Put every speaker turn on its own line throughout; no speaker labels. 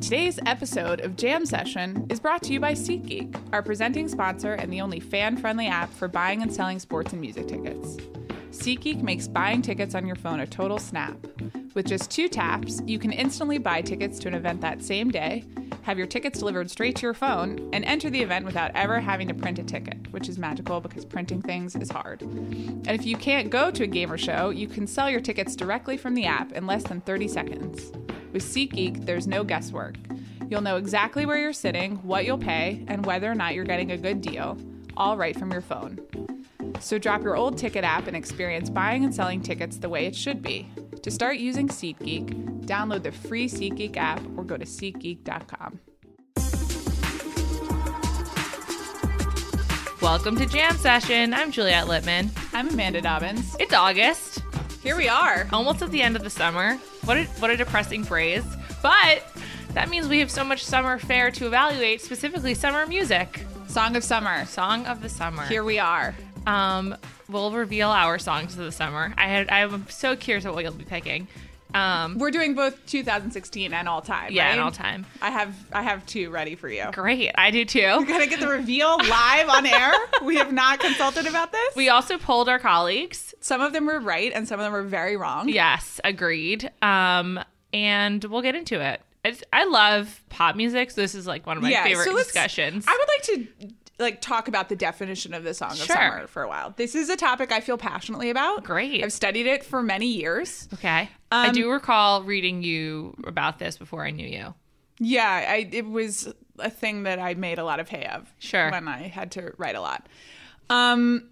Today's episode of Jam Session is brought to you by SeatGeek, our presenting sponsor and the only fan friendly app for buying and selling sports and music tickets. SeatGeek makes buying tickets on your phone a total snap. With just two taps, you can instantly buy tickets to an event that same day, have your tickets delivered straight to your phone, and enter the event without ever having to print a ticket, which is magical because printing things is hard. And if you can't go to a game or show, you can sell your tickets directly from the app in less than 30 seconds. With SeatGeek, there's no guesswork. You'll know exactly where you're sitting, what you'll pay, and whether or not you're getting a good deal, all right from your phone. So drop your old ticket app and experience buying and selling tickets the way it should be. To start using SeatGeek, download the free SeatGeek app or go to SeatGeek.com.
Welcome to Jam Session. I'm Juliette Littman.
I'm Amanda Dobbins.
It's August,
Here we are.
almost at the end of the summer. What a, what a depressing phrase. But that means we have so much summer fare to evaluate, specifically summer music.
Song of Summer.
Song of the summer.
Here we are.
um, we'll reveal our songs of the summer. I had, I'm so curious about what you'll be picking. Um,
We're doing both 2016 and all time.
yeah,
right?
and all time.
I have I have two ready for you.
Great, I do too.
Gonna get the reveal live on air. We have not consulted about this.
We also polled our colleagues.
some of them were right and some of them were very wrong.
Yes, agreed. Um, and we'll get into it. It's, I love pop music, so this is like one of my
Yeah,
favorite
so let's-
discussions.
I would like to like talk about the definition of the song of
Sure.
summer for a while. This is a topic I feel passionately about.
Great.
I've studied it for many years.
okay, I
Um,
do recall reading you about this before I knew you.
Yeah, I it was a thing that I made a lot of hay of.
Sure.
When I had to write a lot. Um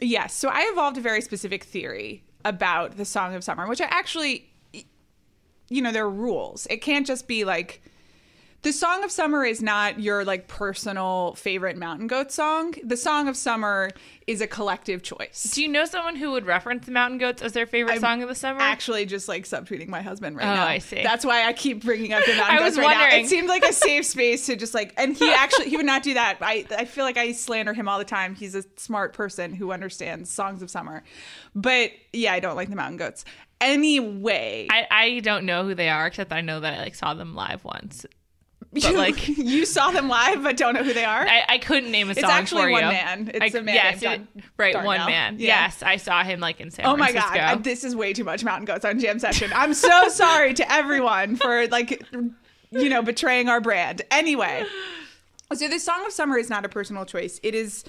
yes, so I evolved a very specific theory about the song of summer, which I actually you know, there are rules. It can't just be like the song of summer is not your like personal favorite mountain goat song. The song of summer is a collective choice.
Do you know someone who would reference the Mountain Goats as their favorite song of the summer?
Actually, just like subtweeting my husband right
Uh-huh. Oh,
now.
I see.
That's why I keep bringing up the mountain
I
goats
was
right now.
wondering.
It seemed like a safe space to just like, and he actually he would not do that. I I feel like I slander him all the time. He's a smart person who understands songs of summer, but yeah, I don't like the mountain goats. Anyway,
I, I don't know who they are, except I know that I like saw them live once.
you,
like-
you saw them live, but don't know who they are.
I, I couldn't name a song.
actually
for
one
you.
man. It's
I-
a man
Yes,
named
it-
John
right,
Darnell.
one man.
Yeah.
Yes, I saw him like in San
Oh my
Francisco.
god, I- this is way too much Mountain Goats on Jam Session. I'm so sorry to everyone for like you know, betraying our brand. Anyway, so the Song of Summer is not a personal choice. It is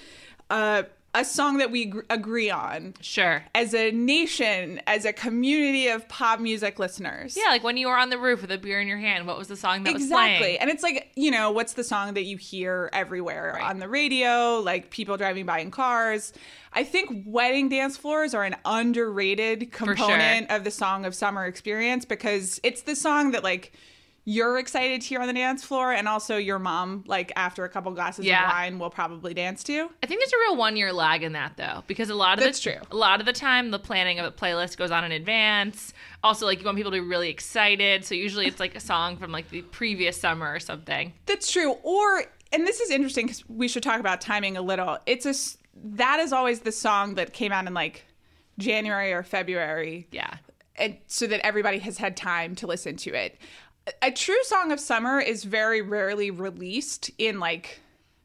uh, a song that we gr- agree on
sure.
as a nation, as a community of pop music listeners.
Yeah, like when you were on the roof with a beer in your hand, what was the song that was
Exactly.
playing?
And it's like, you know, what's the song that you hear everywhere
Right.
on the radio, like people driving by in cars? I think wedding dance floors are an underrated
sure.
component of the song of summer experience because it's the song that like you're excited to hear on the dance floor and also your mom like after a couple glasses
Yeah.
of wine will probably dance to.
I think there's a real one year lag in that though, because a lot of
That's
the,
true.
A lot of the time, the planning of a playlist goes on in advance. Also, like you want people to be really excited, so usually it's like a song from like the previous summer or something.
That's true. Or and this is interesting because we should talk about timing a little. It's a s- that is always the song that came out in like January or February.
Yeah,
and so that everybody has had time to listen to it. A true song of summer is very rarely released in like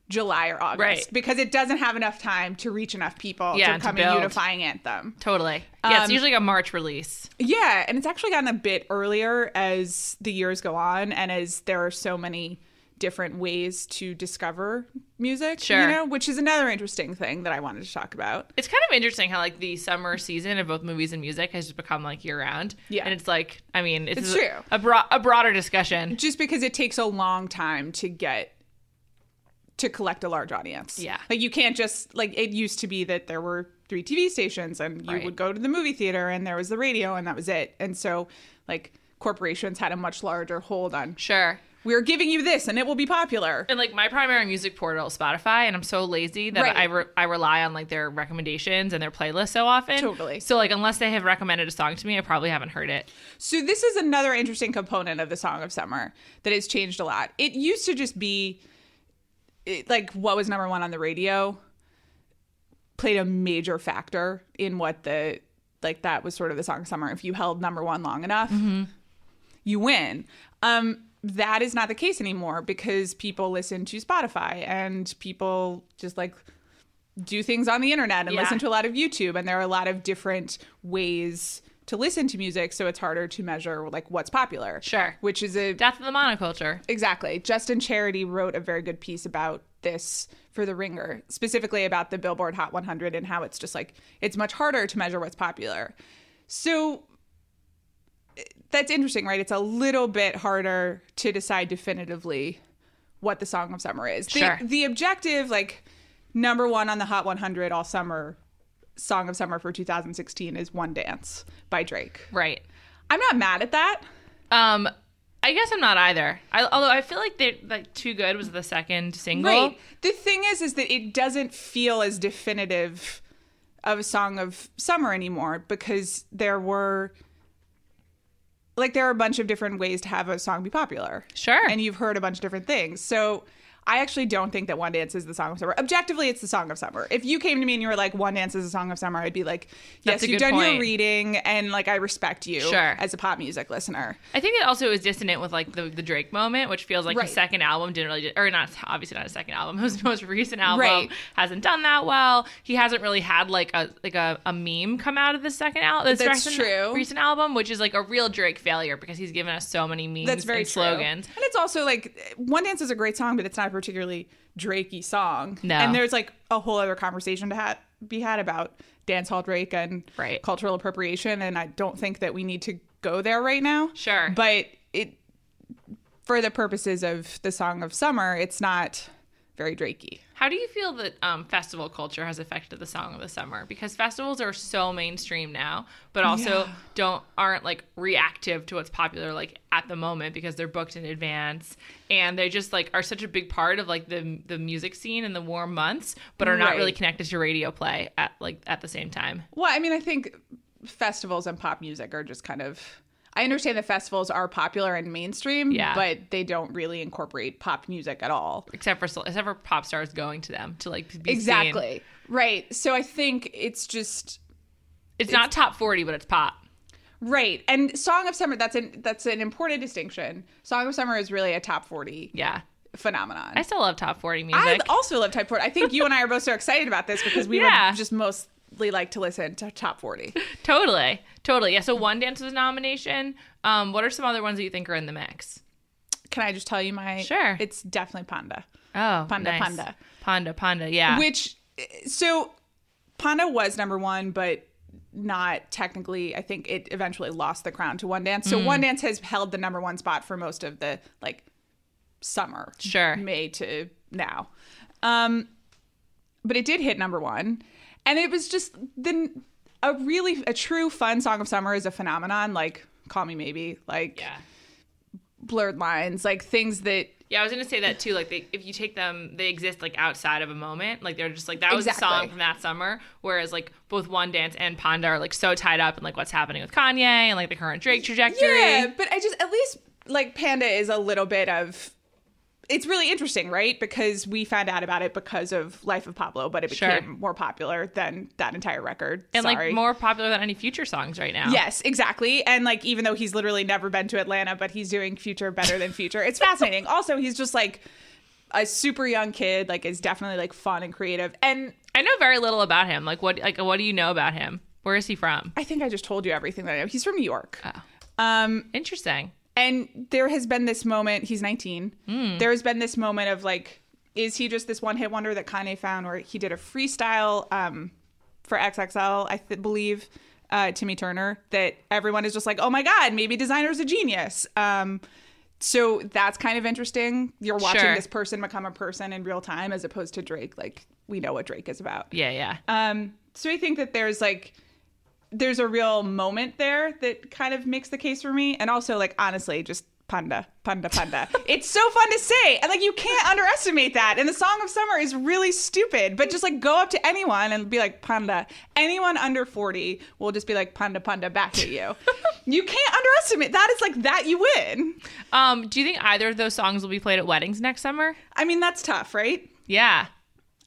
July or August
Right.
because it doesn't have enough time to reach enough people to
Yeah, to
become a
build.
unifying anthem.
totally. Yeah,
Um,
it's usually like a March release.
Yeah, and it's actually gotten a bit earlier as the years go on and as there are so many different ways to discover music, you
Sure.
know, which is another interesting thing that I wanted to talk about.
It's kind of interesting how like the summer season of both movies and music has just become like year round.
Yeah.
and it's like I mean, it's,
It's
a,
true.
A, bro- a broader discussion.
just because it takes a long time to get to collect a large audience.
Yeah.
Like you can't just like it used to be that there were three TV stations and you
Right.
would go to the movie theater and there was the radio and that was it. And so like corporations had a much larger hold on
Sure.
we're giving you this and it will be popular.
And like my primary music portal is Spotify, and I'm so lazy that
Right.
I, re- I rely on like their recommendations and their playlists so often.
Totally.
So like unless they have recommended a song to me, I probably haven't heard it.
So this is another interesting component of the Song of Summer that has changed a lot. It used to just be it, like what was number 1 on the radio played a major factor in what the like
Mm-hmm.
that was sort of the Song of Summer. If you held number 1 long enough, you win. Um that is not the case anymore because people listen to Spotify and people just like do things on the internet and
Yeah.
listen to a lot of YouTube and there are a lot of different ways to listen to music so it's harder to measure like what's popular.
Sure.
Which is a
Death of the monoculture.
Exactly. Justin Charity wrote a very good piece about this for The Ringer, specifically about the Billboard Hot 100 and how it's just like, it's much harder to measure what's popular. So that's interesting, right? It's a little bit harder to decide definitively what the song of summer is. The,
Sure.
the objective, like number one on the Hot 100 all summer, song of summer for 2016 is One Dance by Drake.
Right.
I'm not mad at that.
Um, I guess I'm not either. I, although I feel like they like Too Good was the second single.
Right. The thing is, is that it doesn't feel as definitive of a song of summer anymore because there were, like, there are a bunch of different ways to have a song be popular.
Sure.
And you've heard a bunch of different things. So I actually don't think that One Dance is the song of summer. Objectively, it's the song of summer. If you came to me and you were like, One Dance is the song of summer, I'd be like, yes,
That's a
you've
good
done your
point.
reading and, like, I respect you
Sure.
as a pop music listener.
I think it also is dissonant with like the, the Drake moment, which feels like
Right.
his second album didn't really, or not obviously not his second album, his most recent album
Right.
hasn't done that well. He hasn't really had like a like a, a meme come out of the second album.
That's
recent,
true.
Recent album, which is like a real Drake failure because he's given us so many memes
That's very
and
true.
slogans.
And it's also like One Dance is a great song, but it's not a particularly Drakey song.
No.
And there's like a whole other conversation to ha- be had about dance hall Drake and
Right.
cultural appropriation. And I don't think that we need to go there right now.
Sure.
But it for the purposes of the song of summer, it's not very Drakey.
How do you feel that um, festival culture has affected the song of the summer? Because festivals are so mainstream now, but also
Yeah.
don't aren't like reactive to what's popular like at the moment because they're booked in advance and they just like are such a big part of like the the music scene in the warm months, but are not really
Right.
connected to radio play at like at the same time.
Well, I mean, I think festivals and pop music are just kind of. I understand that festivals are popular and mainstream,
Yeah.
but they don't really incorporate pop music at all.
Except for except for pop stars going to them to like be Seen.
exactly right so i think it's just
It's, not top forty, but it's pop.
right and song of summer that's an that's an important distinction song of summer is really a top 40
Yeah,
phenomenon
I still love top forty music.
I also love top 40 i think you and i are both so excited about this because we
Yeah.
would just mostly like to listen to top 40
Totally. Totally. Yeah. So One Dance was a nomination. Um, what are some other ones that you think are in the mix?
can i just tell you my
Sure.
it's definitely panda
Oh,
Panda,
nice.
Panda.
Panda, Panda. Yeah.
which so panda was number one but not technically i think it eventually lost the crown to one dance
Mm.
so one dance has held the number one spot for most of the like summer
Sure.
may to now um but it did hit number one and it was just then a really a true fun song of summer is a phenomenon like call me maybe like
yeah.
blurred lines like things that
Yeah, I was gonna say that too. Like, they, if you take them, they exist like outside of a moment. Like, they're just like that was
Exactly.
a song from that summer. Whereas, like, both One Dance and Panda are like so tied up in like what's happening with Kanye and like the current Drake trajectory.
Yeah, but I just at least like Panda is a little bit of it's really interesting, right? Because we found out about it because of Life of Pablo, but it
Sure.
became more popular than that entire record.
And
Sorry.
like more popular than any future songs right now.
Yes, exactly. And like even though he's literally never been to Atlanta, but he's doing Future better than Future. It's fascinating. also, he's just like a super young kid, like is definitely like fun and creative. And
I know very little about him. Like, what like what do you know about him? Where is he from?
I think I just told you everything that I know. He's from New York.
Oh.
Um
Interesting.
And there has been this moment, he's 19. There has been this moment of like, is he just this one hit wonder that Kanye found where he did a freestyle um, for XXL, I th- believe, uh, Timmy Turner, that everyone is just like, oh my God, maybe designer's a genius. Um, so that's kind of interesting. You're watching
Sure.
this person become a person in real time as opposed to Drake. Like, we know what Drake is about.
Yeah, yeah.
Um, so I think that there's like there's a real moment there that kind of makes the case for me, and also like honestly, just panda, panda, panda. it's so fun to say, and like you can't underestimate that. And the song of summer is really stupid, but just like go up to anyone and be like panda. Anyone under forty will just be like panda, panda back at you. you can't underestimate that. It's like that you win.
Um, do you think either of those songs will be played at weddings next summer?
I mean, that's tough, right?
Yeah.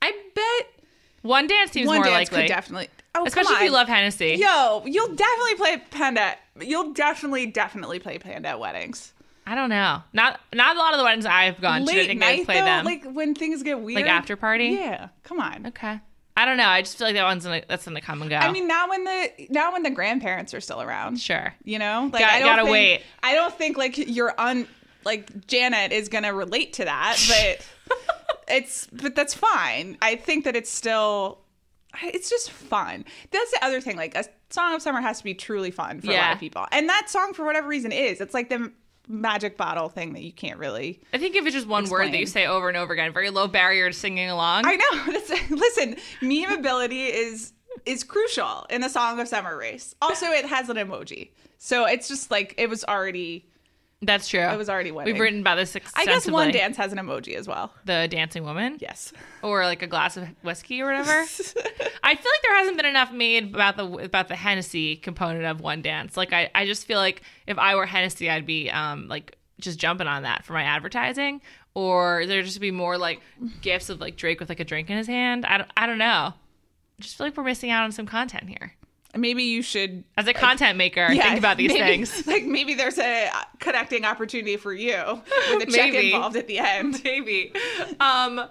I bet
One dance seems
one
more
dance could
likely.
definitely. Oh,
Especially
come
if you
on.
love Hennessy.
Yo, you'll definitely play Panda. You'll definitely, definitely play Panda at weddings.
I I don't know. Not not a lot of the ones I've gone to. I
Late
think they've
night though,
played them.
like when things get weird,
Like after party?
Yeah, come on.
okay. I don't know. I just feel like that one's in that's in the come and go.
I mean, not when the not when the grandparents are still around.
sure.
You know, like
Gotta-
I don't
gotta
think,
wait.
I don't think like you're on. Like Janet is gonna relate to that, but it's but that's fine. I think that it's still. It's just fun. That's the other thing. Like a song of summer has to be truly fun for a lot
Yeah.
of people, and that song for whatever reason is. It's like the magic bottle thing that you can't really.
I think if it's just one word that
Explain.
you say over and over again, very low barrier to singing along.
I know. That's, listen, meme ability is is crucial in the song of summer race. Also, it has an emoji, so it's just like it was already.
that's true.
It was already winning.
We've written about this
I
extensively.
guess one dance has an emoji as well.
The dancing woman,
Yes.
or like a glass of whiskey or whatever. I feel like there hasn't been enough made about the about the Hennessy component of One Dance. Like I, I just feel like if I were Hennessy, I'd be um like just jumping on that for my advertising. Or there just be more like gifts of like Drake with like a drink in his hand. I don't, I don't know. I just feel like we're missing out on some content here.
maybe you should
As a content maker, I think about these
maybe-
things.
Like maybe there's a connecting opportunity for you with a check
Maybe.
involved at the end.
Maybe. Um,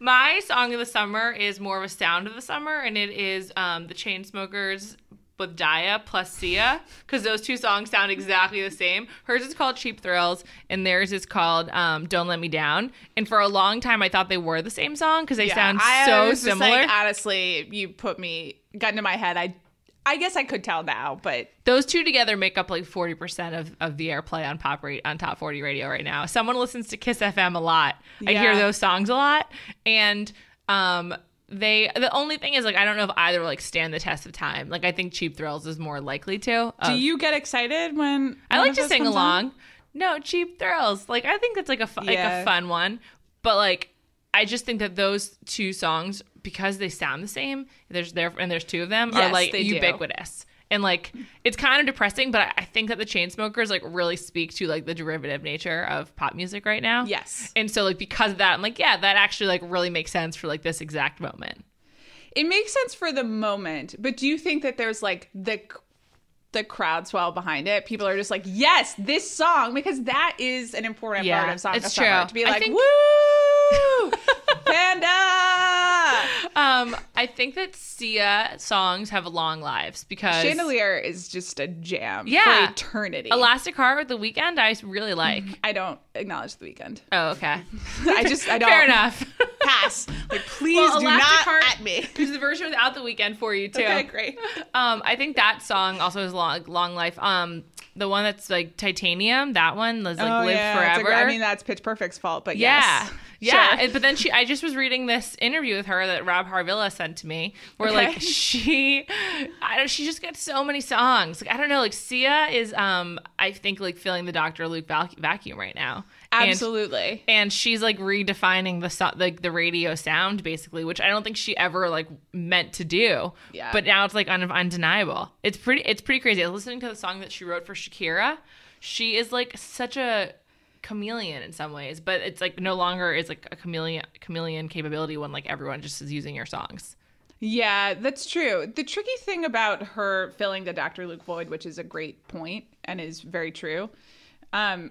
my song of the summer is more of a sound of the summer, and it is um, the Chainsmokers with Daya plus Sia, because those two songs sound exactly the same. Hers is called Cheap Thrills, and theirs is called um, Don't Let Me Down. And for a long time, I thought they were the same song because they sound
I
so
was just
similar.
like, honestly, you put me gun to my head. I I guess I could tell now, but
those two together make up like 40% of, of the airplay on pop rate on top 40 radio right now someone listens to kiss fm a lot i hear
Yeah.
those songs a lot and um they the only thing is like i don't know if either will like stand the test of time like i think cheap thrills is more likely to
do
of-
you get excited when
i
one
like
of
to
those
sing
comes on?
along no cheap thrills like i think that's like a, fu- like
Yeah.
a fun one but like i just think that those two songs because they sound the same there's there and there's two of them are
Yes,
like
they do.
ubiquitous ubiquitous. And like it's kind of depressing, but I- I think that the Chainsmokers like really speak to like the derivative nature of pop music right now.
Yes.
And so like because of that, I'm like, yeah, that actually like really makes sense for like this exact moment.
It makes sense for the moment, but do you think that there's like the the crowd swell behind it? People are just like, "Yes, this song," because that is an important
Yeah,
part of song
it's
of summer,
true.
to be
I
like,
think-
"Woo, panda!"
Um, I think that Sia songs have long lives because
Chandelier is just a jam
Yeah.
for eternity.
Elastic Heart with the weekend I really like.
I don't acknowledge the weekend.
Oh, okay.
I just I don't
Fair enough.
pass. Like, please
Well,
do
Elastic
not
Heart-
at me.
There's the version without the weekend for you too.
Okay, great.
Um, I think that song also has long, long life. Um, the one that's like Titanium, that one was like
Oh,
live
yeah, it's a
forever.
gr- I mean, that's Pitch Perfect's fault, but
yeah.
yes.
Yeah,
Sure.
And- but then she. I just was reading this interview with her that Rob Harvilla sent to me, where
Okay.
like she, I don't. She just got so many songs. Like I don't know. Like Sia is, um, I think like filling the Dr. Luke vac- vacuum right now. And-
absolutely.
and she's like redefining the so- like the radio sound basically which i don't think she ever like meant to do
Yeah.
but now it's like un- undeniable it's pretty it's pretty crazy i was listening to the song that she wrote for shakira she is like such a chameleon in some ways but it's like no longer is like a chameleon chameleon capability when like everyone just is using your songs
Yeah, that's true. The tricky thing about her filling the Dr. Luke void, which is a great point and is very true, um,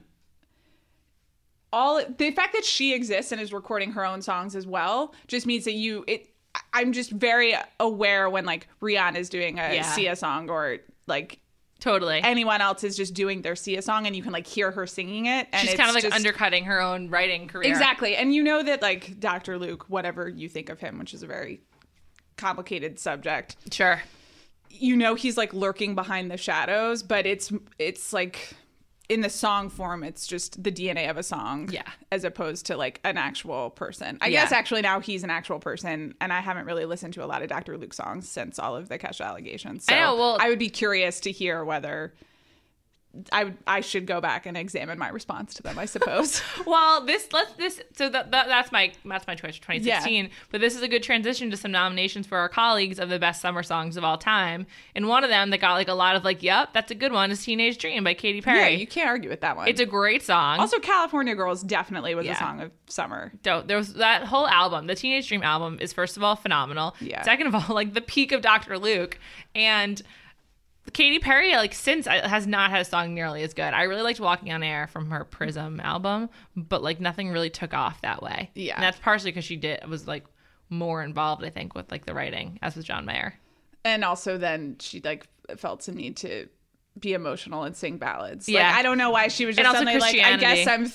all the fact that she exists and is recording her own songs as well just means that you it. I- I'm just very aware when like Rihanna is doing a
Yeah.
Sia song or like
totally
anyone else is just doing their Sia song and you can like hear her singing it. And
she's
it's
kind of like
just-
undercutting her own writing career
Exactly. And you know that like Dr. Luke, whatever you think of him, which is a very complicated subject,
sure
you know he's like lurking behind the shadows, but it's it's like in the song form, it's just the DNA of a song,
Yeah.
as opposed to like an actual person. I
Yeah.
guess actually now he's an actual person, and I haven't really listened to a lot of Dr. Luke songs since all of the Kesha allegations. So
I know, well-
I would be curious to hear whether. I, would- I should go back and examine my response to them, I suppose.
Well, this let's this so that, that that's my that's my choice for 2016. But this is a good transition to some nominations for our colleagues of the best summer songs of all time. And one of them that got like a lot of like, yep, that's a good one is "Teenage Dream" by Katy
yeah,
Perry.
you can't argue with that one.
it's a great song.
also, California Girls definitely was a
Yeah.
song of summer.
dope. There was that whole album, the Teenage Dream album, is first of all phenomenal.
Yeah.
Second of all, like the peak of Dr. Luke, and Katy Perry, like since I- has not had a song nearly as good. I really liked "Walking on Air" from her Prism album, but like nothing really took off that way.
Yeah.
and that's partially because she did was like more involved, I think, with like the writing, as was John Mayer.
and also then she like felt some need to be emotional and sing ballads.
Yeah.
Like I don't know why she was
And
just
also
suddenly like, I guess
Christianity.
I'm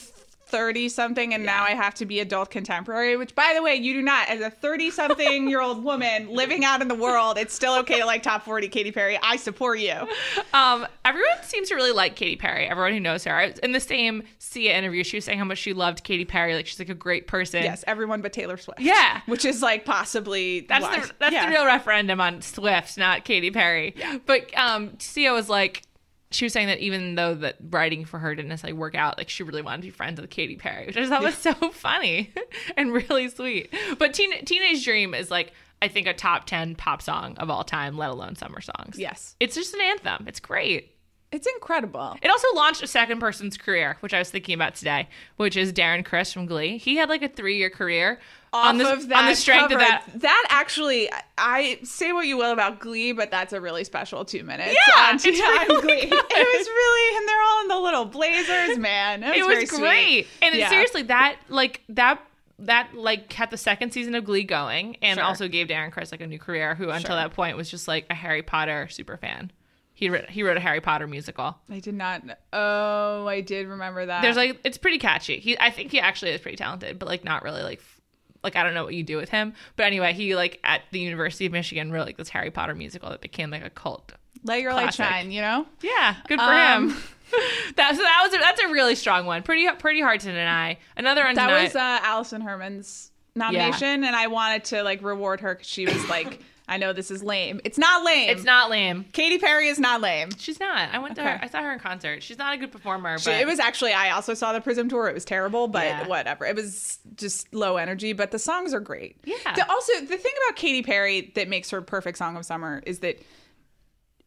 thirty something and now I have to be adult contemporary, which by the way, you do not as a thirty something year old woman living out in the world, it's still okay to like top forty Katy Perry. I support you.
Um, everyone seems to really like Katy Perry. Everyone who knows her. I was in the same Sia interview. She was saying how much she loved Katy Perry. Like she's like a great person.
Yes, everyone but Taylor Swift.
Yeah.
Which is like possibly
That's
why.
the that's
Yeah.
the real referendum on Swift, not Katy Perry. But um, Sia was like, she was saying that even though that writing for her didn't necessarily work out, like she really wanted to be friends with Katy Perry, which I just thought was so funny and really sweet. But Teen- Teenage Dream is like, I think a top ten pop song of all time, let alone summer songs.
Yes.
it's just an anthem. It's great.
It's incredible.
It also launched a second person's career, which I was thinking about today, which is Darren Criss from Glee. He had like a three-year career on
Off
the
of that
on the strength
cover,
of that
That actually, I- I say what you will about Glee, but that's a really special two minutes.
Yeah,
on
it's
Two Time
really
Glee. It was really, and they're all in the little blazers, man. It was,
it was
very sweet.
great. And it-
Yeah.
seriously, that like that that like kept the second season of Glee going, and
Sure.
also gave Darren Criss like a new career, who until
Sure.
that point was just like a Harry Potter super fan. He wrote, he wrote a Harry Potter musical.
I did not. kn- Oh, I did remember that.
There's like it's pretty catchy. He I think he actually is pretty talented, but like not really like f- like I don't know what you do with him. But anyway, he like at the University of Michigan wrote like this Harry Potter musical that became like a cult.
let your
classic.
light shine. You know,
Yeah, good for
Um,
him. that so that was a, that's a really strong one. Pretty pretty hard to deny. Another
that
undeni-
was uh, Allison Herman's nomination, and I wanted to like reward her because she was like, I know this is lame. It's not lame.
it's not lame.
Katy Perry is not lame.
She's not. I went to
Okay.
her. I saw her in concert. She's not a good performer. But
She- it was actually I also saw the Prism tour. It was terrible, but
Yeah.
whatever. It was just low energy, but the songs are great.
Yeah.
The- also, the thing about Katy Perry that makes her perfect song of summer is that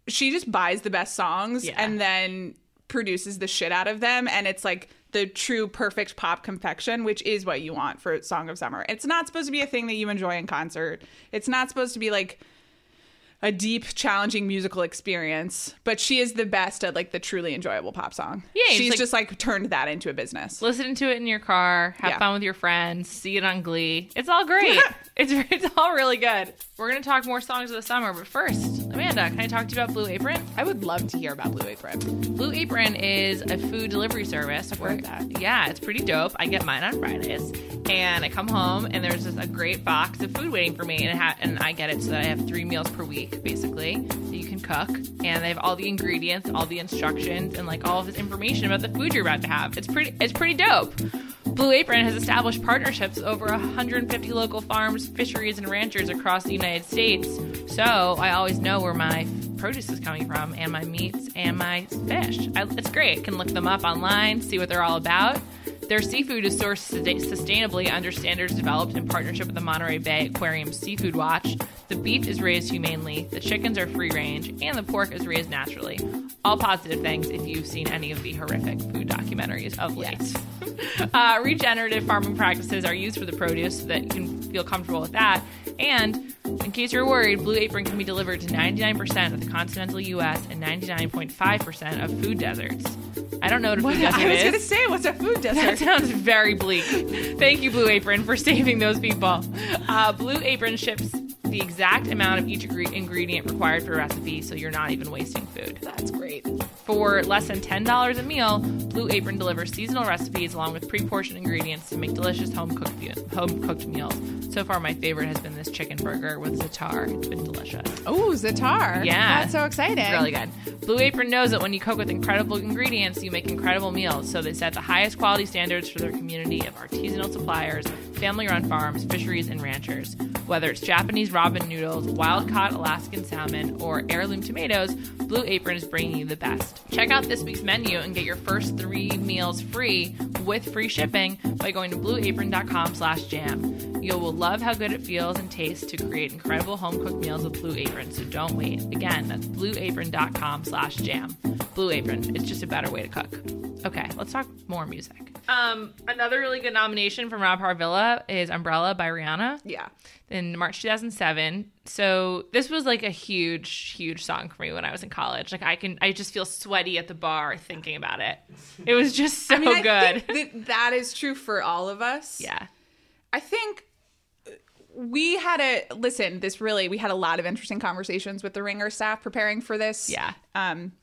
she just buys the best songs
Yeah.
and then produces the shit out of them, and it's like the true perfect pop confection, which is what you want for song of summer. It's not supposed to be a thing that you enjoy in concert. It's not supposed to be like a deep, challenging musical experience, but she is the best at like the truly enjoyable pop song.
Yeah,
she's
it's like-
just like turned that into a business.
listen to it in your car. Have
Yeah.
fun with your friends. See it on Glee. It's all great. it's it's all really good. We're gonna talk more songs of the summer, but first, Amanda, can I talk to you about Blue Apron?
I would love to hear about Blue Apron.
Blue Apron is a food delivery service. where-
heard that.
Yeah, it's pretty dope. I get mine on Fridays, and I come home and there's just a great box of food waiting for me, and it ha- and I get it so that I have three meals per week, basically. That you can cook, and they have all the ingredients, all the instructions, and like all of this information about the food you're about to have. It's pretty. It's pretty dope. Blue Apron has established partnerships with over 150 local farms, fisheries, and ranchers across the United States. So I always know where my produce is coming from, and my meats, and my fish. I, it's great. Can look them up online, see what they're all about. Their seafood is sourced sustain- sustainably under standards developed in partnership with the Monterey Bay Aquarium Seafood Watch. The beef is raised humanely, the chickens are free range, and the pork is raised naturally. All positive things if you've seen any of the horrific food documentaries of late. uh, regenerative farming practices are used for the produce so that you can feel comfortable with that. And in case you're worried, Blue Apron can be delivered to 99% of the continental U.S. and 99.5% of food deserts. I don't know what a food desert
I was
is.
gonna say, what's a food
That
desert?
sounds very bleak. Thank you, Blue Apron, for saving those people. Uh, Blue Apron ships the exact amount of each agree- ingredient required for a recipe, so you're not even wasting food.
That's great.
For less than $10 a meal, Blue Apron delivers seasonal recipes along with pre-portioned ingredients to make delicious home-cooked home-cooked meals. So far, my favorite has been this chicken burger with za'atar. It's been delicious.
Oh, Zatar.
Yeah.
That's so exciting.
It's really good. Blue Apron knows that when you cook with incredible ingredients, you make incredible meals. So they set the highest quality standards for their community of artisanal suppliers, family run farms, fisheries, and ranchers. Whether it's Japanese robin noodles, wild caught Alaskan salmon, or heirloom tomatoes, Blue Apron is bringing you the best. Check out this week's menu and get your first three meals free with free shipping by going to blueapron.com slash jam. You will love how good it feels and tastes to create incredible home cooked meals with Blue Apron, so don't wait. Again, that's blueapron.com slash jam. Blue Apron, it's just a better way to cook. Okay, let's talk more music. Um, another really good nomination from Rob Harvilla is Umbrella by Rihanna
Yeah.
in March 2007. So this was like a huge, huge song for me when I was in college. Like I can, I just feel sweaty at the bar thinking about it. It was just so
I mean, I
good.
think that, that is true for all of us.
yeah.
I think we had a listen. This really, we had a lot of interesting conversations with the Ringer staff preparing for this.
Yeah.
Um,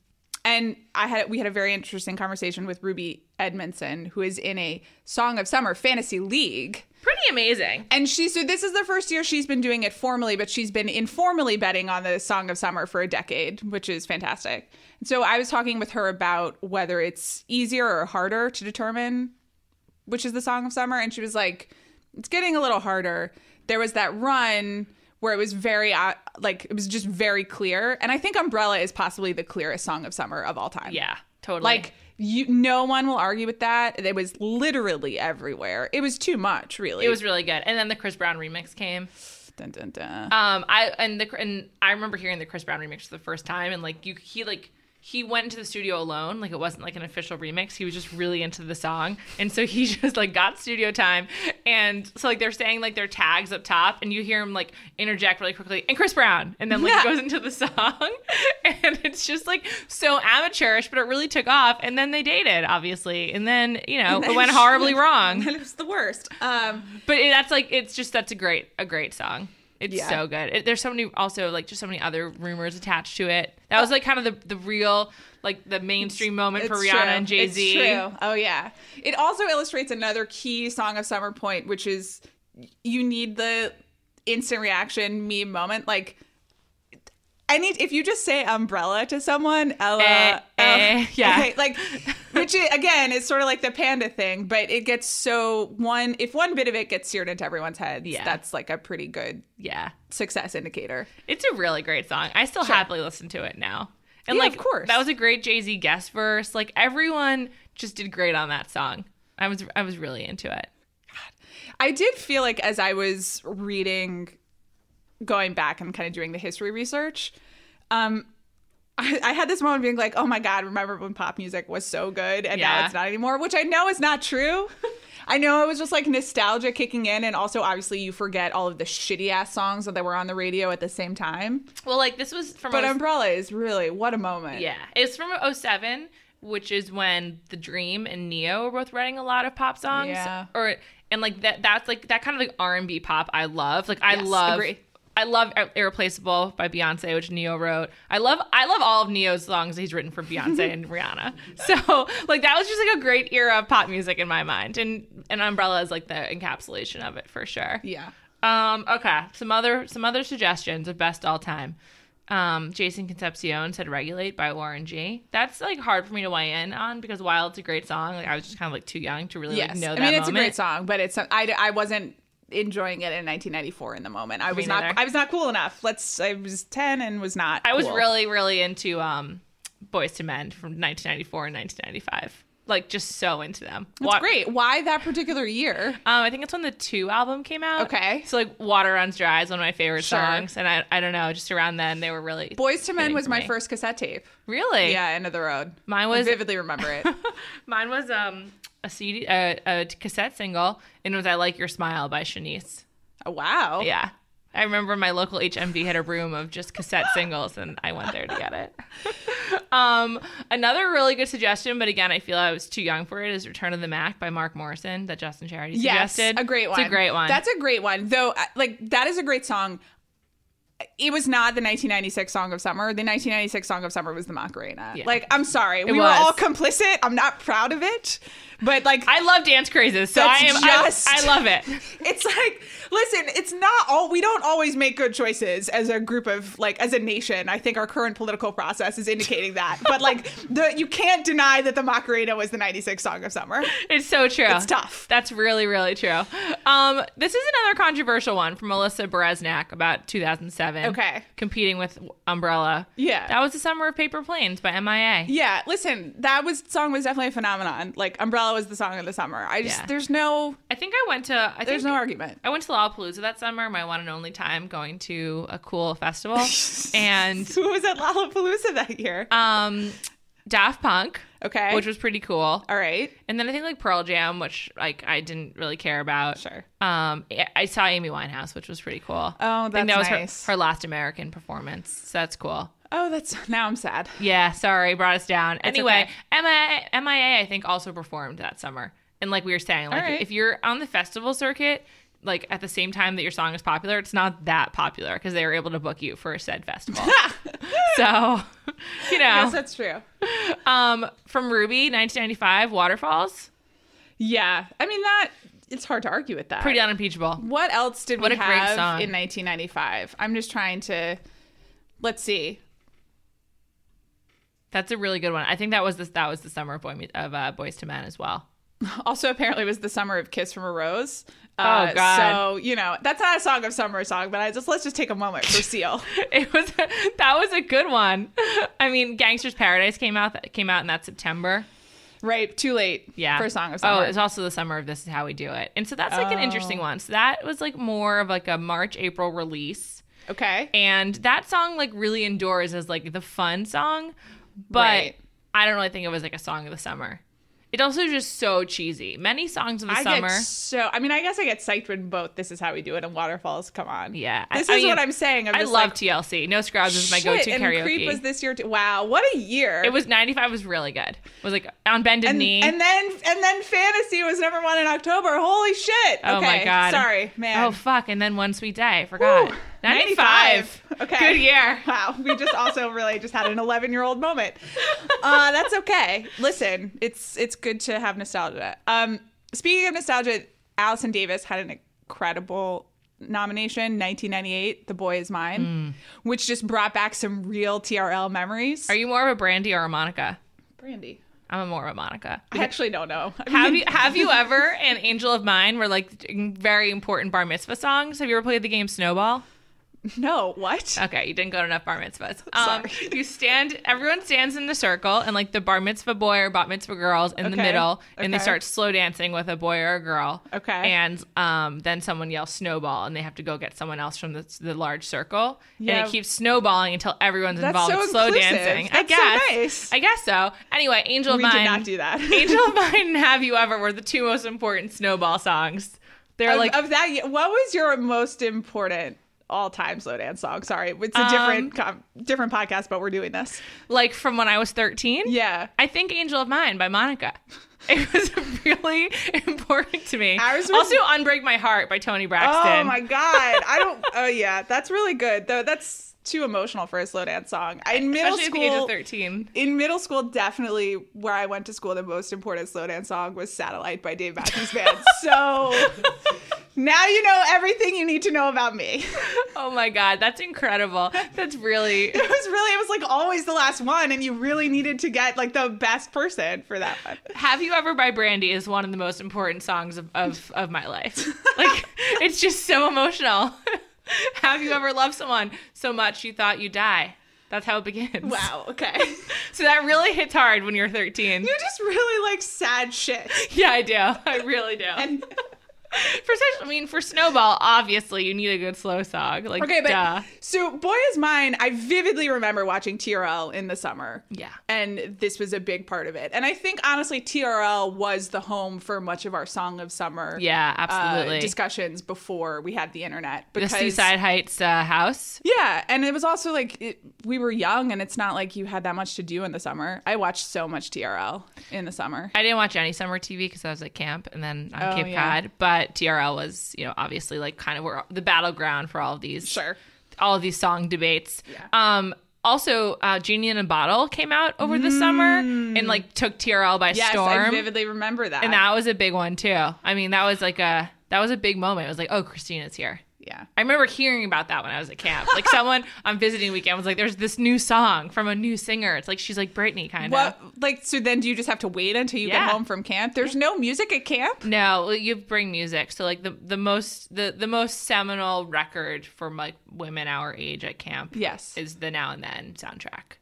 and I had we had a very interesting conversation with Ruby Edmondson, who is in a Song of Summer fantasy league.
Pretty amazing.
And she so this is the first year she's been doing it formally, but she's been informally betting on the Song of Summer for a decade, which is fantastic. And so I was talking with her about whether it's easier or harder to determine which is the Song of Summer, and she was like, "It's getting a little harder." There was that run where it was very uh, like it was just very clear, and I think Umbrella is possibly the clearest Song of Summer of all time.
Yeah, totally.
Like you, no one will argue with that. It was literally everywhere. It was too much, really.
it was really good. And then the Chris Brown remix came.
Dun, dun, dun.
Um, I and the and I remember hearing the Chris Brown remix for the first time, and like you, he like he went into the studio alone, like it wasn't like an official remix. He was just really into the song, and so he just like got studio time, and so like they're saying like their tags up top, and you hear him like interject really quickly, and Chris Brown, and then like
Yeah.
he goes into the song, and it's just like so amateurish, but it really took off, and then they dated obviously, and then you know it went horribly wrong,
it was the worst. Um,
but it, that's like it's just that's a great a great song. It's
Yeah.
so good. It, there's so many also like just so many other rumors attached to it. That was like kind of the the real like the mainstream moment for Rihanna and Jay Z.
It's true. Oh yeah. It also illustrates another key song of summer point, which is you need the instant reaction meme moment. Like any if you just say umbrella to someone, Ella,
Eh,
El-
eh, yeah.
okay, like which i- again is sort of like the panda thing, but it gets so one if one bit of it gets seared into everyone's heads,
Yeah.
that's like a pretty good
Yeah,
success indicator.
it's a really great song. I still happily listen to it now. And
Yeah,
like
of course.
that was a great Jay Z guest verse. Like everyone just did great on that song. I was I was really into it.
I did feel like as I was reading, going back and kind of doing the history research, um, I, I had this moment being like, "Oh my god, remember when pop music was so good and now
Yeah.
it's not anymore?" Which I know is not true. I know it was just like nostalgia kicking in, and also obviously you forget all of the shitty ass songs that were on the radio at the same time.
Well, like this was from
But
a-
Umbrella is really what a moment.
Yeah. It's from 07, which is when The Dream and Neo were both writing a lot of pop songs.
Yeah.
Or and like that that's like that kind of like R&B pop I love. Like I
Yes,
love
agree.
I love Irreplaceable by Beyonce, which Neo wrote. I love I love all of Neo's songs he's written for Beyonce and Rihanna. So like that was just like a great era of pop music in my mind. And and Umbrella is like the encapsulation of it for sure.
yeah.
Um, okay. Some other some other suggestions of best all time. Um, Jason Concepcion said "Regulate" by Warren G. That's like hard for me to weigh in on because while it's a great song, like I was just kind of like too young to really
Yes,
like, know
I
that
mean it's a
moment.
great song, but it's I, I wasn't enjoying it in 1994 in the moment. I was not
neither.
I was not cool enough. Let's I was 10 and was not.
I was
cool.
really really into um, Boys to Men from 1994 and 1995. Like just so into them.
That's great. Why that particular year?
Um, I think it's when the two album came out.
Okay.
So like Water Runs Dry is one of my favorite
Sure.
songs, and I I don't know, just around then they were really
Boys to Men
Hitting
was
for
my
me.
first cassette tape.
really
Yeah, End of the Road.
Mine
I
was
vividly remember it.
Mine was um a CD uh, a cassette single and it was I Like Your Smile by Shanice.
Oh, wow.
Yeah. I remember my local HMV had a room of just cassette singles and I went there to get it. um another really good suggestion, but again I feel I was too young for it is Return of the Mac by Mark Morrison that Justin Charity
Yes,
suggested.
a great one.
It's a great one.
That's a great one. Though, I- like that is a great song. It was not the 1996 song of summer. The 1996 song of summer was the Macarena.
Yeah.
Like, I'm sorry, we were
was.
all complicit. I'm not proud of it, but like,
I love dance crazes, so
That's
I am I-
just-
I love it.
It's like, listen, it's not all, we don't always make good choices as a group of, like, as a nation. I think our current political process is indicating that. But, like, the, you can't deny that the Macarena was the 96 song of summer.
It's so true.
It's tough.
That's really, really true. Um, this is another controversial one from Melissa Bereznak about 2007.
Okay.
Competing with Umbrella.
Yeah.
That was the summer of Paper Planes by MIA.
Yeah, listen, that was song was definitely a phenomenon. Like, Umbrella was the song of the summer. I just,
Yeah.
there's no,
I think I went to. I
there's
think
no argument.
I went to Lollapalooza that summer, my one and only time going to a cool festival, and
Who was at Lollapalooza that year?
um, Daft Punk.
Okay.
which was pretty cool.
All right.
And then I think like Pearl Jam, which like I didn't really care about.
Sure.
Um, I- I saw Amy Winehouse, which was pretty cool.
Oh,
I
that's
think that was
nice.
her, her last American performance. So that's cool.
Oh, that's now I'm sad.
Yeah, sorry, brought us down. Anyway,
okay.
MIA, MIA, I think also performed that summer. And like we were saying, like
right.
if you're on the festival circuit, like at the same time that your song is popular, it's not that popular because they were able to book you for said festival. so, you
Yes,
know,
that's true.
um, from Ruby, 1995, Waterfalls,
Yeah. I mean that it's hard to argue with that.
pretty unimpeachable.
What else did
What
we
a great
have
song.
in 1995? I'm just trying to let's see.
That's a really good one. I think that was this that was the summer of Boy Me- of uh, Boys to Men as well.
Also, apparently, it was the summer of "Kiss from a Rose." Uh,
Oh, God.
So you know that's not a song of summer song, but I just let's just take a moment for Seal.
It was that was a good one. I mean, Gangster's Paradise came out came out in that September.
right? Too late.
Yeah.
For a song of
Oh,
summer.
it's also the summer of This Is How We Do It. And so that's like an interesting
Oh.
one. So that was like more of like a March, April release.
okay.
And that song like really endures as like the fun song. But
Right.
I don't really think it was like a song of the summer. It also is just so cheesy. Many songs of the
I
summer.
get so. I mean, I guess I get psyched when both "This Is How We Do It" and "Waterfalls" come on.
Yeah. I-
This is
I mean,
what I'm saying. I'm
I
just
love
like,
TLC. No Scrubs is my
shit,
go to
and
karaoke.
Creep was this year. Too. Wow, what a year!
it was 95 was really good. It was like on bended
and,
knee.
and then and then fantasy was number one in October. Holy shit!
Oh
okay.
my God.
Sorry, man.
oh fuck, and then One Sweet Day. I forgot.
Woo.
95.
95. Okay.
Good year.
Wow, we just also really just had an 11 year old moment. Uh, that's okay. Listen, it's it's good to have nostalgia. Um, speaking of nostalgia, Allison Davis had an incredible nomination, 1998, "The Boy Is Mine," which just brought back some real TRL memories.
Mm. Are you more of a brandy or a Monica?
Brandy?
I'm a more of a Monica.
I actually don't know. I
Have
mean,
you have you ever an angel of mine were like very important bar mitzvah songs? Have you ever played the game Snowball?
No, what?
Okay, you didn't go to enough bar mitzvahs. Um,
Sorry.
you stand. Everyone stands in the circle, and like the bar mitzvah boy or bat mitzvah girls in the
Okay,
middle, and they
okay.
start slow dancing with a boy or a girl.
Okay.
and um, then someone yells snowball, and they have to go get someone else from the, the large circle.
Yeah.
and it keeps snowballing until everyone's
That's
involved
so
with slow
inclusive.
dancing. I
That's so
guess.
nice.
I guess so. Anyway, angel
we
of mine.
did not do that.
Angel of Mine and Have You Ever were the two most important snowball songs. They're
of,
like
of that. ye- What was your most important all time slow dance song? Sorry, it's a
Um,
different com- different podcast, but we're doing this.
like from when I was 13.
Yeah,
I think Angel of Mine by Monica. It was really important to me.
Ours was-
also Unbreak My Heart by Tony Braxton.
Oh my god! I don't. Oh yeah, that's really good though. That's too emotional for a slow dance song. In middle
Especially
school,
at the age of 13.
in middle school, definitely where I went to school, the most important slow dance song was "Satellite" by Dave Matthews Band. so now you know everything you need to know about me.
Oh my god, that's incredible. That's really
It was really, it was like always the last one, and you really needed to get like the best person for that one.
Have You Ever by Brandy is one of the most important songs of, of, of my life. Like, it's just so emotional. Have you ever loved someone so much you thought you die? That's how it begins.
Wow. Okay.
So that really hits hard when you're 13.
You just really like sad shit.
yeah, I do. I really do.
And
for such, I mean, for Snowball, obviously you need a good slow song. Like,
okay, but uh,
duh.
so Boy Is Mine, I vividly remember watching TRL in the summer.
yeah,
And this was a big part of it. And I think honestly, TRL was the home for much of our Song of Summer
yeah,
uh,
absolutely.
discussions before we had the internet.
the
Because
Seaside Heights uh, house.
Yeah, and it was also like it, we were young, and it's not like you had that much to do in the summer. I watched so much TRL in the summer.
I didn't watch any summer TV because I was at camp and then on
Oh,
Cape
yeah.
Cod. But TRL was, you know, obviously like kind of where the battleground for all of these,
Sure.
all of these song debates.
Yeah.
Um, also, uh, Genie in a Bottle came out over the summer and like took TRL by
Mm. Yes,
storm,
I vividly remember that.
and that was a big one too. I mean, that was like a that was a big moment. It was like, oh, Christina's here.
yeah.
I remember hearing about that when I was at camp. Like someone on visiting weekend was like, "There's this new song from a new singer." It's like she's like Britney kind of.
What like so then do you just have to wait until you
Yeah.
get home from camp? There's no music at camp?
No, well, you bring music. So like the the most the the most seminal record for like women our age at camp
Yes.
is the Now and Then soundtrack.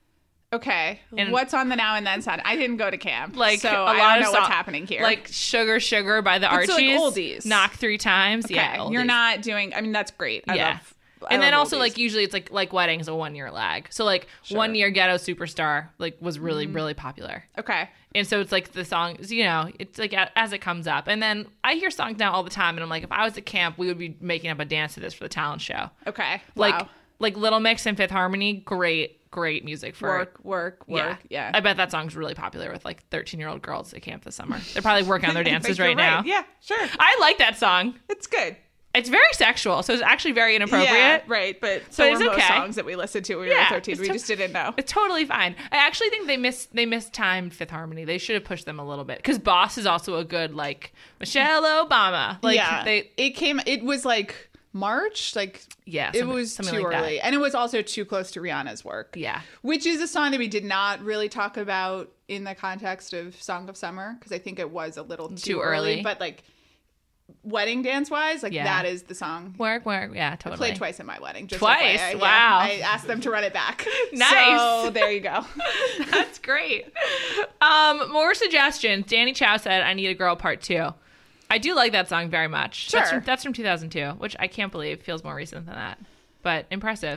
Okay.
And-
what's on the now and then side? I didn't go to camp.
Like
so
a
I
lot
don't
of
know what's
so-
happening here.
Like Sugar Sugar by the
It's,
Archies.
like, oldies.
Knock three times.
okay.
Yeah,
you're
oldies.
not doing I mean that's great. I
Yeah.
love I
and
love
then also
oldies.
like usually it's like like weddings a one year lag. So like one year ghetto superstar like was really
Mm.
really popular.
Okay.
And so it's like the songs, you know, it's like a- as it comes up. And then I hear songs now all the time, and I'm like, if I was at camp, we would be making up a dance to this for the talent show.
Okay.
Like
Wow.
like Little Mix and Fifth Harmony, great great music for
work, work, work. Yeah.
I bet that song's really popular with like 13 year old girls at camp this summer. They're probably working on their dances
But you're
right, now.
Yeah. Sure.
I like that song.
It's good.
It's very sexual, so it's actually very inappropriate.
Yeah, right. But so
it's
were most
okay.
songs that we listened to when we
Yeah,
were 13.
it's
We
to-
just didn't know.
It's totally fine. I actually think they missed they mistimed Fifth Harmony. They should have pushed them a little bit because Boss is also a good like Michelle Obama. Like
yeah.
they
it came, it was like March. Like,
yeah.
it
something-
was
something
too
like that.
early. And it was also too close to Rihanna's work.
Yeah.
Which is a song that we did not really talk about in the context of Song of Summer because I think it was a little too,
Too
early.
early.
But like, wedding dance wise, like
Yeah.
that is the song.
Work work. Yeah. Totally.
Played twice at my wedding. Just
Twice?
FYI. Yeah.
Wow.
I asked them to run it back.
Nice.
So there you go.
That's great. Um, more suggestions. Danny Chow said, "I need a girl part two. I do like that song very much. That's
Sure.
from, that's from 2002, which I can't believe feels more recent than that, but impressive.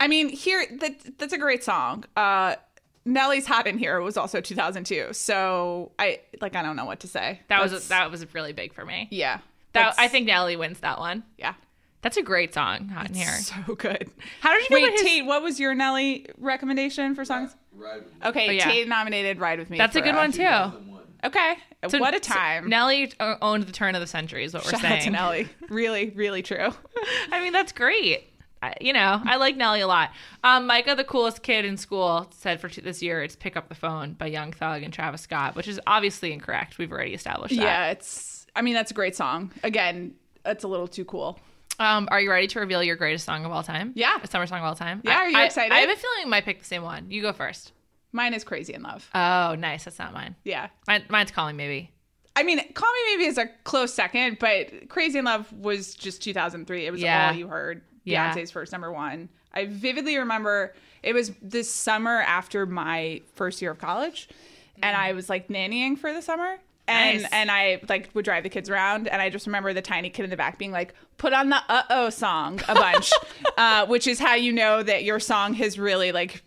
I mean, here that that's a great song. Uh, Nelly's "Hot in Here" was also 2002, so I like I don't know what to say.
that was
That's-
that was really big for me.
yeah.
That,
That's-
I think Nelly wins that one.
yeah,
That's a great song, Hot in Here.
so good.
How did you know
Wait,
what his-
Tate, what was your Nelly recommendation for songs?
Ride with me.
Okay,
Oh, yeah.
Tate nominated "Ride with Me."
That's a
for
good one too.
2001.
Okay,
So-
what a
so
time.
Nelly uh, owned the turn of the century is what we're
Shout out to
saying.
Nelly. Really, really true.
I mean, that's great. I, you know, I like Nelly a lot. Um, Micah, the coolest kid in school, said for t- this year it's "Pick Up the Phone" by Young Thug and Travis Scott, which is obviously incorrect. We've already established that.
Yeah, it's. I mean, that's a great song. Again, that's a little too cool.
Um, are you ready to reveal your greatest song of all time?
Yeah.
a summer song of all time.
Yeah,
I-
are you
I-
excited?
I have a feeling you might pick the same one. You go first.
Mine is "Crazy in Love."
Oh, nice. That's not mine.
Yeah,
mine mine's calling maybe.
I mean, Call Me Maybe is a close second, but Crazy in Love was just 2003. It was
Yeah.
all you heard.
Yeah.
Beyonce's first number one. I vividly remember it was this summer after my first year of college, and I was like nannying for the summer. And,
Nice.
and I like would drive the kids around, and I just remember the tiny kid in the back being like, "Put on the uh oh song a bunch," uh, which is how you know that your song has really like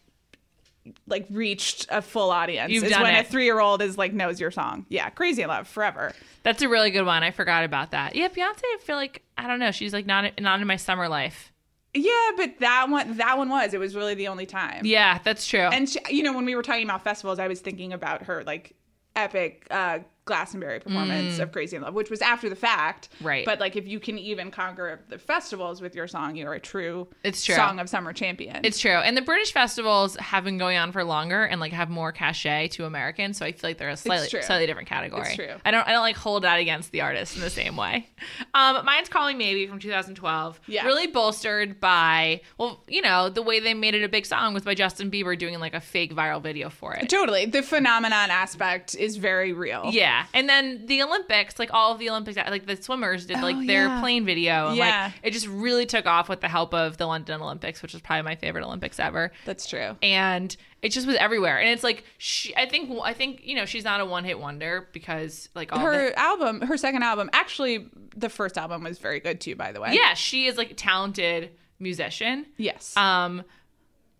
like reached a full audience.
You've
is
done
when a
it.
three year old is like knows your song. Yeah, crazy in love forever.
That's a really good one. I forgot about that. Yeah, Beyonce. I feel like I don't know. She's like not not in my summer life.
Yeah, but that one that one was it was really the only time.
Yeah, that's true.
And she, you know when we were talking about festivals, I was thinking about her like epic uh, Glastonbury performance of Crazy in Love, which was after the fact.
Mm. Right.
But like if you can even conquer the festivals with your song, you are a true
It's true.
song of summer champion.
It's true. And the British festivals have been going on for longer and like have more cachet to Americans, so I feel like they're a slightly
true.
slightly different category.
It's true.
I don't I don't like hold that against the artist in the same way. Um, mine's calling maybe from 2012.
Yeah.
Really bolstered by well, you know, the way they made it a big song was by Justin Bieber doing like a fake viral video for it.
totally the phenomenon aspect is very real.
Yeah, and then the Olympics, like all of the Olympics, uh, like the swimmers did like
Oh,
their
yeah.
plane video, and
Yeah.
like it just really took off with the help of the London Olympics, which is probably my favorite Olympics ever.
that's true.
and it just was everywhere. And it's like she, I think I think you know she's not a one hit wonder because like all
Her
the,
album, her second album, actually the first album was very good too. By the way,
yeah she is like a talented musician.
yes,
Um,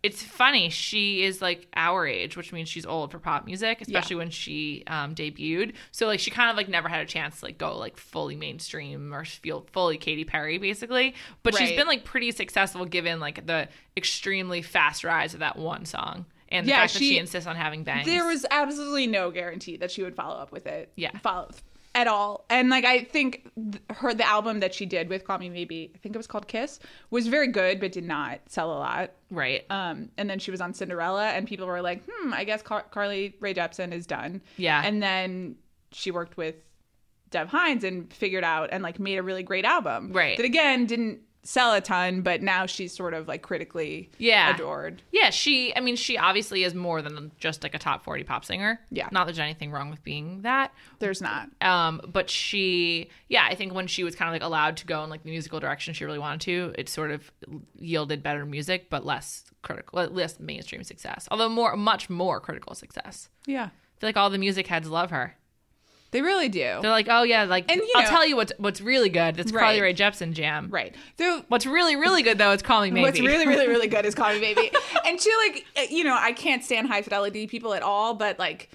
it's funny she is like our age, which means she's old for pop music, especially when she um, debuted. So like she kind of like never had a chance to like go like fully mainstream or feel fully Katy Perry basically. But she's
Right.
been like pretty successful given like the extremely fast rise of that one song. And the
Yeah,
fact that she
she-
insists on having bangs.
There was absolutely no guarantee that she would follow up with it.
Yeah.
Follow at all. And like I think th- her the album that she did with Call Me Maybe, I think it was called Kiss, was very good but did not sell a lot.
right.
Um, and then she was on Cinderella, and people were like, "Hmm, I guess Car- Carly Rae Jepsen is done."
Yeah.
And then she worked with Dev Hines and figured out and like made a really great album.
Right.
That again didn't sell a ton, but now she's sort of like critically
Yeah.
adored.
Yeah, she. I mean, she obviously is more than just like a top forty pop singer.
Yeah.
not that there's anything wrong with being that.
There's not.
Um, but she, yeah, I think when she was kind of like allowed to go in like the musical direction she really wanted to, it sort of yielded better music, but less critical, less mainstream success. Although more, much more critical success.
Yeah.
I feel like all the music heads love her.
They really do.
They're like, oh yeah, like
And, you
I'll
know-
tell you what's what's really good. That's Carly
Right.
Rae Jepsen jam.
right. So
What's really really good though is Call Me Maybe.
What's really, really, really good is Call Me Baby. and she like, uh, you know, I can't stand high fidelity people at all, but like,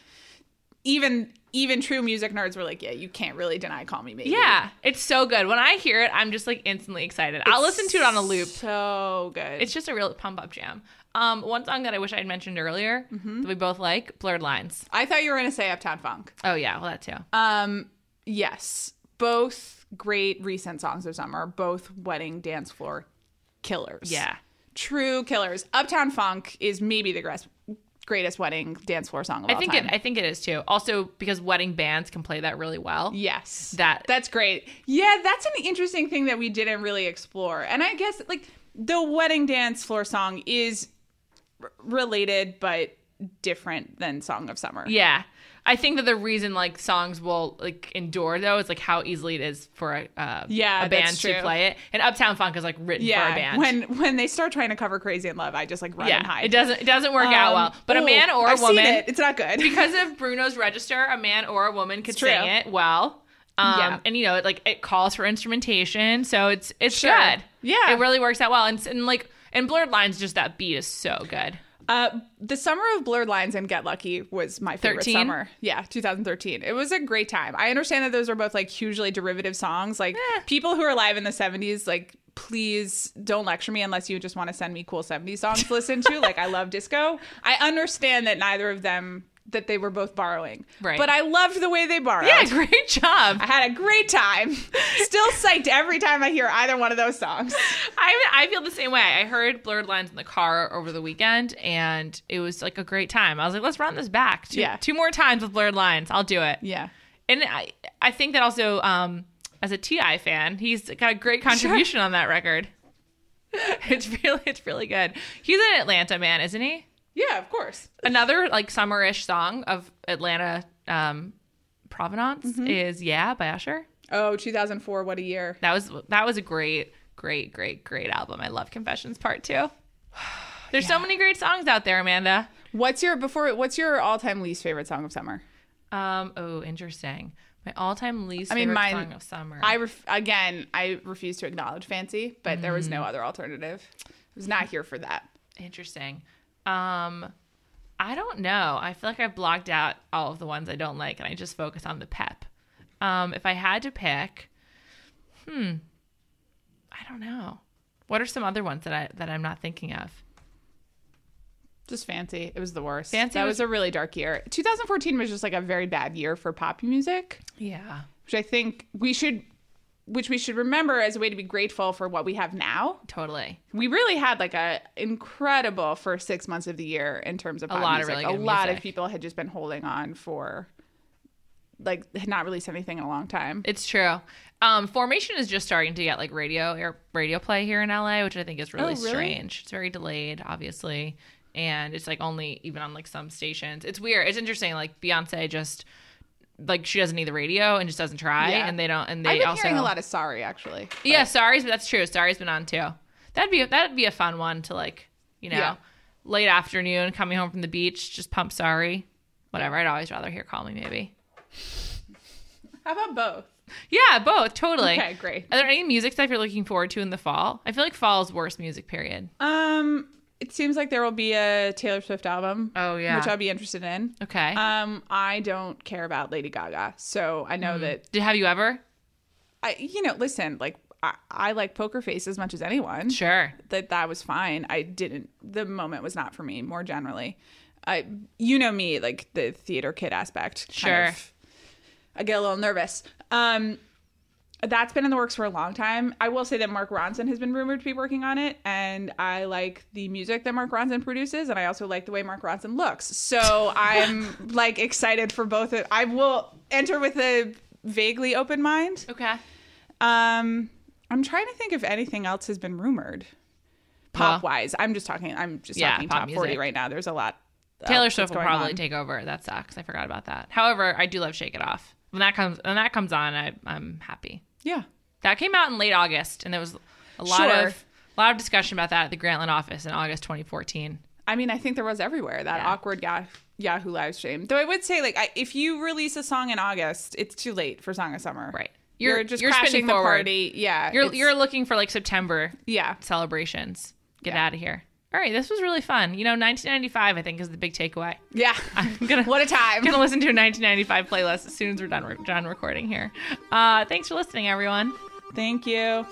even even true music nerds were like, yeah, you can't really deny Call Me Baby.
yeah, it's so good. When I hear it, I'm just like instantly excited. I'll listen to it on a loop.
So good.
It's just a real pump up jam. Um, one song that I wish I had mentioned earlier
Mm-hmm.
that we both like, Blurred Lines.
I thought you were gonna say Uptown Funk.
Oh yeah, well that too.
Um, yes, both great recent songs of summer, both wedding dance floor killers.
yeah.
true killers. Uptown Funk is maybe the greatest greatest wedding dance floor song of
I
all
think
time.
it I think it is too. Also because wedding bands can play that really well.
Yes.
That-
That's great. Yeah, that's an interesting thing that we didn't really explore. And I guess like the wedding dance floor song is r- related but different than Song of Summer.
Yeah. I think that the reason like songs will like endure though is like how easily it is for a uh,
Yeah,
a band
that's
to
true.
play it. And Uptown Funk is like written for a band.
When when they start trying to cover Crazy in Love, I just like run and hide.
it doesn't it doesn't work out
Um,
well. But a
ooh,
man or a
I've seen
woman
it. it's not good.
because of Bruno's register, a man or a woman could
true.
sing it well. Um,
Yeah.
and you know, it, like it calls for instrumentation, so it's it's
Sure.
good.
Yeah.
it really works out well. And, and like and blurred lines, just that beat is so good.
Uh, the summer of Blurred Lines and Get Lucky was my favorite
13?
summer. Yeah, 2013. It was a great time. I understand that those are both like hugely derivative songs. Like
Eh.
people who are alive in the 70s, like please don't lecture me unless you just want to send me cool 70s songs to listen to. Like I love disco. I understand that neither of them that they were both borrowing.
Right.
But I loved the way they borrowed.
Yeah, great job.
I had a great time. Still psyched every time I hear either one of those songs.
I I feel the same way. I heard Blurred Lines in the car over the weekend, and it was like a great time. I was like, let's run this back. Two,
Yeah.
two more times with Blurred Lines. I'll do it.
Yeah.
And I I think that also um as a Ti fan, he's got a great contribution on that record. It's really it's really good. He's an Atlanta man, isn't he?
Yeah, of course.
Another like summerish song of Atlanta um provenance
Mm-hmm.
is "Yeah" by Usher.
Oh, 2004, what a year.
That was that was a great, great, great, great album. I love Confessions Part Two. There's so many great songs out there, Amanda.
What's your before? What's your all-time least favorite song of summer?
Um, oh, interesting. My all-time least
I mean,
favorite
mine-
song of summer.
I ref- again, I refuse to acknowledge Fancy, but there was
Mm.
no other alternative. I was not here for that.
interesting. Um, I don't know. I feel like I've blocked out all of the ones I don't like, and I just focus on the pep. Um, if I had to pick, hmm, I don't know. What are some other ones that I that I'm not thinking of?
Just Fancy. It was the worst.
Fancy
That was,
was-
a really dark year. 2014 was just like a very bad year for pop music,
Yeah.
which I think we should, which we should remember as a way to be grateful for what we have now.
Totally.
we really had like a incredible first six months of the year in terms of pop
lot of
music.
really
a
good
lot of
music.
people had just been holding on for like had not released anything in a long time.
It's true. Um, Formation is just starting to get like radio air, radio play here in LA, which I think is really,
Oh, really?
strange. It's very delayed, obviously, and it's like only even on like some stations. It's weird. It's interesting. Like Beyonce just like she doesn't need the radio and just doesn't try,
Yeah.
and they don't. And they
I've been
also
hearing a lot of sorry actually.
yeah. Sorry's that's true. Sorry's been on too. That'd be that'd be a fun one to like you know
Yeah.
late afternoon coming home from the beach, just pump Sorry, whatever. I'd always rather hear Call Me Maybe.
How about both?
Yeah, both totally.
Okay, great.
Are there any music stuff you're looking forward to in the fall? I feel like fall is worst music period.
Um, it seems like there will be a Taylor Swift album.
Oh, yeah.
which I'll be interested in.
Okay.
Um, I don't care about Lady Gaga, so I know that
Did have you ever?
I, you know, listen, like I, I like Poker Face as much as anyone.
Sure.
that that was fine. I didn't. The moment was not for me. More generally, I you know me like the theater kid aspect.
Sure.
I get a little nervous. Um, that's been in the works for a long time. I will say that Mark Ronson has been rumored to be working on it, and I like the music that Mark Ronson produces, and I also like the way Mark Ronson looks. So I'm like excited for both. Of, I will enter with a vaguely open mind.
Okay.
Uh, Um, I'm trying to think if anything else has been rumored, pop wise. I'm just talking. I'm just
Yeah,
talking
pop
top forty
music.
right now. There's a lot. else
Taylor
that's
Swift will
going
probably
on.
take over. That sucks. I forgot about that. However, I do love Shake It Off. When that comes when that comes on, I, I'm happy.
Yeah,
That came out in late August, and there was a lot
Sure.
of a lot of discussion about that at the Grantland office in August 2014.
I mean, I think there was everywhere that
Yeah.
awkward guy Yahoo live stream. Though I would say, like, I, if you release a song in August, it's too late for Song of Summer.
Right.
You're,
You're-
just
you're
crashing
spinning
the
forward.
party. Yeah.
You're
it's-
you're looking for like September
yeah.
celebrations. Get
Yeah.
out of here. All right, this was really fun. You know, 1995 I think is the big takeaway.
Yeah.
I'm gonna
what a time.
I'm gonna listen to a 1995 playlist as soon as we're done re- done recording here. Uh, thanks for listening, everyone.
Thank you.